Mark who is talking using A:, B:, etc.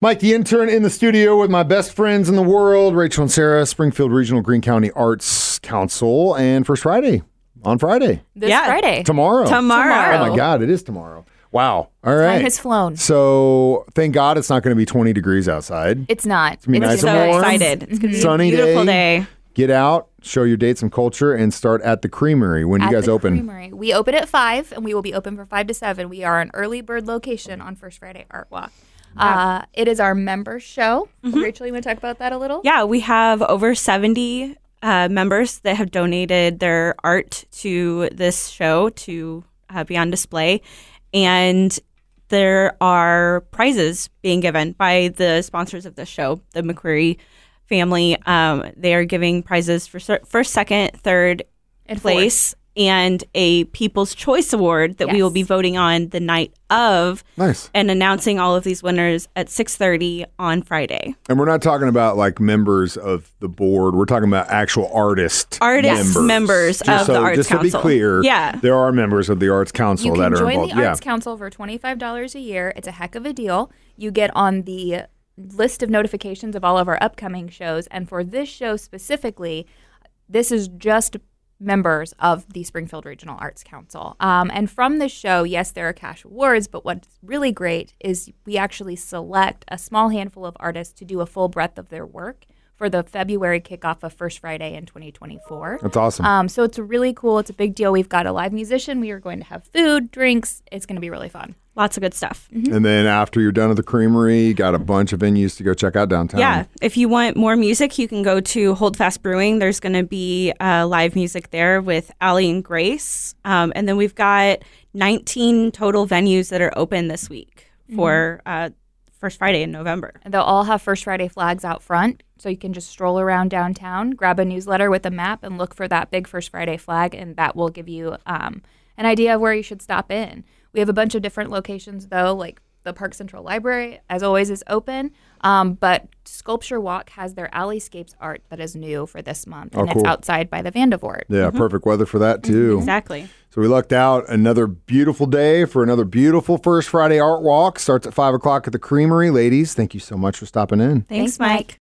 A: Mike, the intern in the studio with my best friends in the world, Rachel and Sarah, Springfield Regional Green County Arts Council, and First Friday on Friday,
B: this
C: Yeah.
B: Friday.
A: tomorrow.
C: Tomorrow.
A: Oh my God, it is tomorrow. Wow. All right.
B: Time has flown.
A: So thank God it's not going to be 20 degrees outside.
B: It's not. It's,
A: gonna be nice
C: So
A: and
B: gonna be
A: warm.
B: nice.
C: excited. It's going to be
A: Sunny
C: a beautiful day.
A: Get out, show your date some culture, and start at the creamery when
B: At
A: you guys
B: the
A: open.
B: Creamery. We open at five, and we will be open from five to seven. We are an early bird location on First Friday Art Walk. Uh, it is our member show. Rachel, you want to talk about that a little?
C: Mm-hmm. Yeah, we have over 70 uh, members that have donated their art to this show to uh, be on display. And there are prizes being given by the sponsors of this show, the McQuarrie family. Um, they are giving prizes for cer- first, second, third
B: And fourth.
C: place. And a People's Choice Award that we
B: Yes.
C: will be voting on the night of,
A: Nice.
C: and announcing all of these winners at six thirty on Friday.
A: And we're not talking about like members of the board. We're talking about actual artist
C: Artist members
A: Just
C: of
A: so,
C: the Arts
A: just
C: Council.
A: to be clear,
C: Yeah.
A: there are members of the Arts Council
B: You
A: that
B: can
A: are
B: join
A: involved.
B: the
A: yeah.
B: Arts Council for $25 a year. It's a heck of a deal. You get on the list of notifications of all of our upcoming shows. And for this show specifically, this is just members of the Springfield Regional Arts Council. Um, and from this show, yes, there are cash awards, but what's really great is we actually select a small handful of artists to do a full breadth of their work for the February kickoff of First Friday in 2024.
A: That's awesome.
B: Um, so it's really cool. It's a big deal. We've got a live musician. We are going to have food, drinks. It's going to be really fun.
C: Lots of good stuff.
B: Mm-hmm.
A: And then after you're done at the creamery, you got a bunch of venues to go check out downtown.
C: Yeah. If you want more music, you can go to Hold Fast Brewing. There's going to be uh, live music there with Allie and Grace. Um, and then we've got 19 total venues that are open this week for
B: Mm-hmm.
C: uh, First Friday in November.
B: And they'll all have First Friday flags out front, so you can just stroll around downtown, grab a newsletter with a map, and look for that big First Friday flag, and that will give you um, an idea of where you should stop in. We have a bunch of different locations though, like the Park Central Library, as always, is open. Um, but Sculpture Walk has their Alleyscapes art that is new for this month,
A: Oh,
B: and
A: cool.
B: it's outside by the Vandevort.
A: Yeah,
C: Mm-hmm.
A: perfect weather for that
B: Mm-hmm.
A: too.
C: Exactly.
A: So we lucked out. Another beautiful day for another beautiful First Friday Art Walk. Starts at 5 o'clock at the Creamery. Ladies, thank you so much for stopping in.
C: Thanks,
B: Thanks, Mike.
C: Mike.